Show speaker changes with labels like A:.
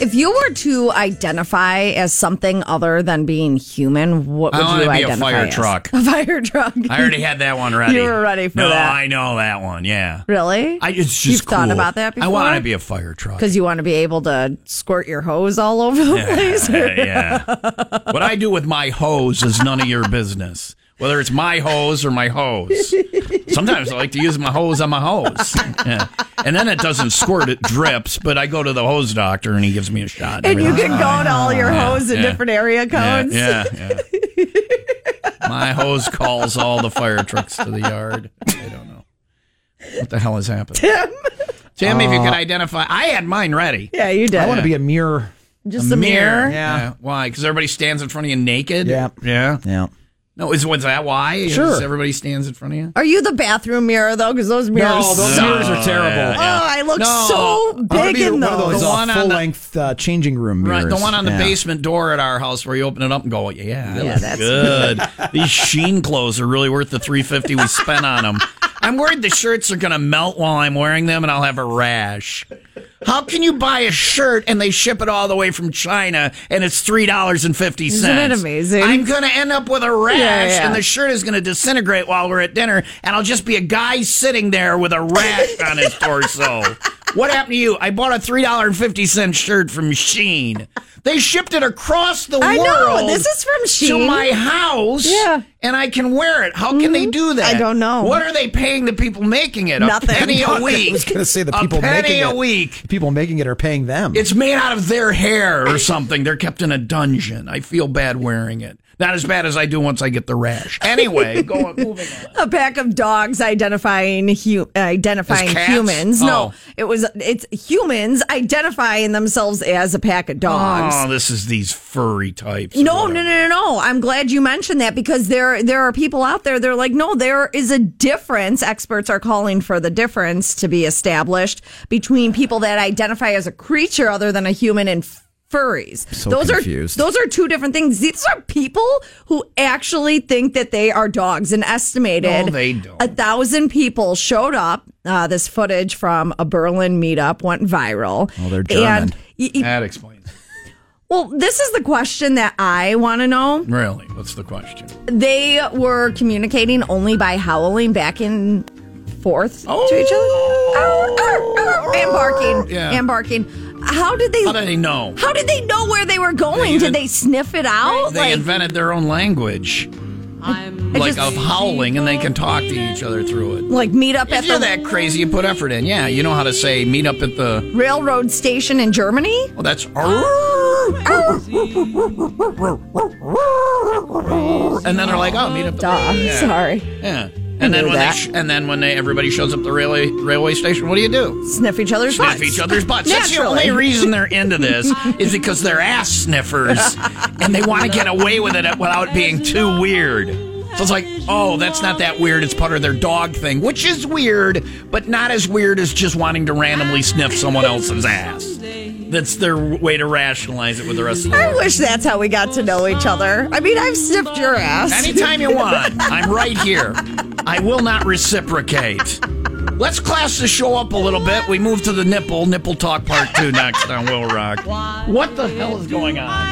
A: If you were to identify as something other than being human, what would
B: I wanna
A: you
B: be a
A: identify
B: fire
A: as?
B: truck.
A: A fire truck.
B: I already had that one ready.
A: You were ready for
B: no,
A: that.
B: I know that one. Yeah.
A: Really?
B: I, it's just
A: You've thought
B: cool.
A: about that
B: I want to
A: before?
B: be a fire truck.
A: Because you want to be able to squirt your hose all over the place.
B: yeah. What I do with my hose is none of your business. Whether it's my hose or my hose. Sometimes I like to use my hose on my hose. Yeah. And then it doesn't squirt, it drips, but I go to the hose doctor and he gives me a shot.
A: And you
B: everything's
A: can go to all your hose in
B: yeah.
A: different area
B: fine.
A: codes.
B: Yeah, yeah, yeah. My hose calls all the fire trucks to the yard. I don't know. What the hell Uh, has happened? Tim. Tim, if you could identify, I had mine ready.
A: Yeah, you did.
C: I want to be a mirror.
A: Just a mirror.
C: Yeah.
B: Why? Because everybody stands in front of you naked.
C: Yeah.
B: Yeah.
C: Yeah.
B: No, is was that why? Is
C: Sure.
B: everybody stands in front of you.
A: Are you the bathroom mirror though? Because those mirrors.
C: No, those
A: suck.
C: mirrors are terrible.
A: Oh, I look
B: No. I
A: so
B: wanna
A: big
C: Maybe
A: in
C: one of
A: those.
C: those
B: The one on the-
C: full length uh, changing room mirrors.
B: Right, the one on the
C: Yeah.
B: basement door at our house where you open it up and go, yeah, that
A: Yeah,
B: looks
A: that's-
B: good. These Sheen clothes are really worth the three fifty we spent on them. I'm worried the shirts are going to melt while I'm wearing them and I'll have a rash. How can you buy a shirt and they ship it all the way from China and it's three dollars and fifty cents?
A: Isn't it amazing?
B: I'm going to end up with a rash
A: Yeah, yeah.
B: and the shirt is going to disintegrate while we're at dinner and I'll just be a guy sitting there with a rash on his torso. What happened to you? I bought a three dollar and fifty cent shirt from Sheen. They shipped it across the
A: I know,
B: world.
A: this is from
B: to
A: Shein.
B: my house.
A: Yeah. Mm-hmm.
B: and I can wear it. How can they do that?
A: I don't know.
B: What are they paying the people making it?
A: Nothing.
B: A penny
A: I
B: a
A: was
B: week.
C: gonna say the people
B: a penny
C: making
B: a
C: it.
B: week.
C: People making it are paying them.
B: It's made out of their hair or something. They're kept in a dungeon. I feel bad wearing it. Not as bad as I do once I get the rash. Anyway, going moving on.
A: a pack of dogs identifying hu- uh, identifying
B: As cats?
A: humans. No,
B: Oh.
A: it was it's humans identifying themselves as a pack of dogs.
B: Oh, this is these furry types. or
A: No, no,
B: whatever.
A: no, no, no. I'm glad you mentioned that because there there are people out there. They're like, no, there is a difference. Experts are calling for the difference to be established between people that identify as a creature other than a human and furries.
C: So
A: those
C: confused.
A: are those are two different things. These are people who actually think that they are dogs. An estimated
B: No, they don't.
A: a thousand people showed up. Uh, this footage from a Berlin meetup went viral.
C: Oh, they're German.
A: And y- y-
B: That explains. it.
A: well, this is the question that I want to know
B: Really, what's the question?
A: they were communicating only by howling back and forth to each other. Arr, arr, arr, and barking.
B: Oh. Yeah.
A: And barking. How did they
B: How do they know?
A: how did they know where they were going?
B: They
A: did
B: even-
A: they sniff it out?
B: They invented their own language,
A: it
B: like
A: just-
B: of howling, and they can talk to each other through it.
A: like meet up at
B: If you're
A: the
B: that crazy, you put effort in. Yeah, you know how to say meet up at the.
A: railroad station in Germany?
B: Well, that's and then they're like, oh, meet up. at the-
A: Duh. Sorry.
B: Yeah. And then
A: knew
B: when they
A: that.
B: sh- and then when they everybody shows up at the railway railway station, what do you do?
A: Sniff each other's
B: Sniff
A: butts.
B: each other's butts. That's the
A: Naturally.
B: only reason they're into this is because they're ass sniffers and they want to get away with it without being too weird. So it's like, oh, that's not that weird. It's part of their dog thing, which is weird, but not as weird as just wanting to randomly sniff someone else's ass. That's their way to rationalize it with the rest of the
A: I wish that's how we got to know each other. I mean, I've sniffed your ass.
B: Anytime you want, I'm right here. I will not reciprocate. Let's class the show up a little bit. We move to the nipple, nipple talk part two next on Will Rock. What the hell is going on?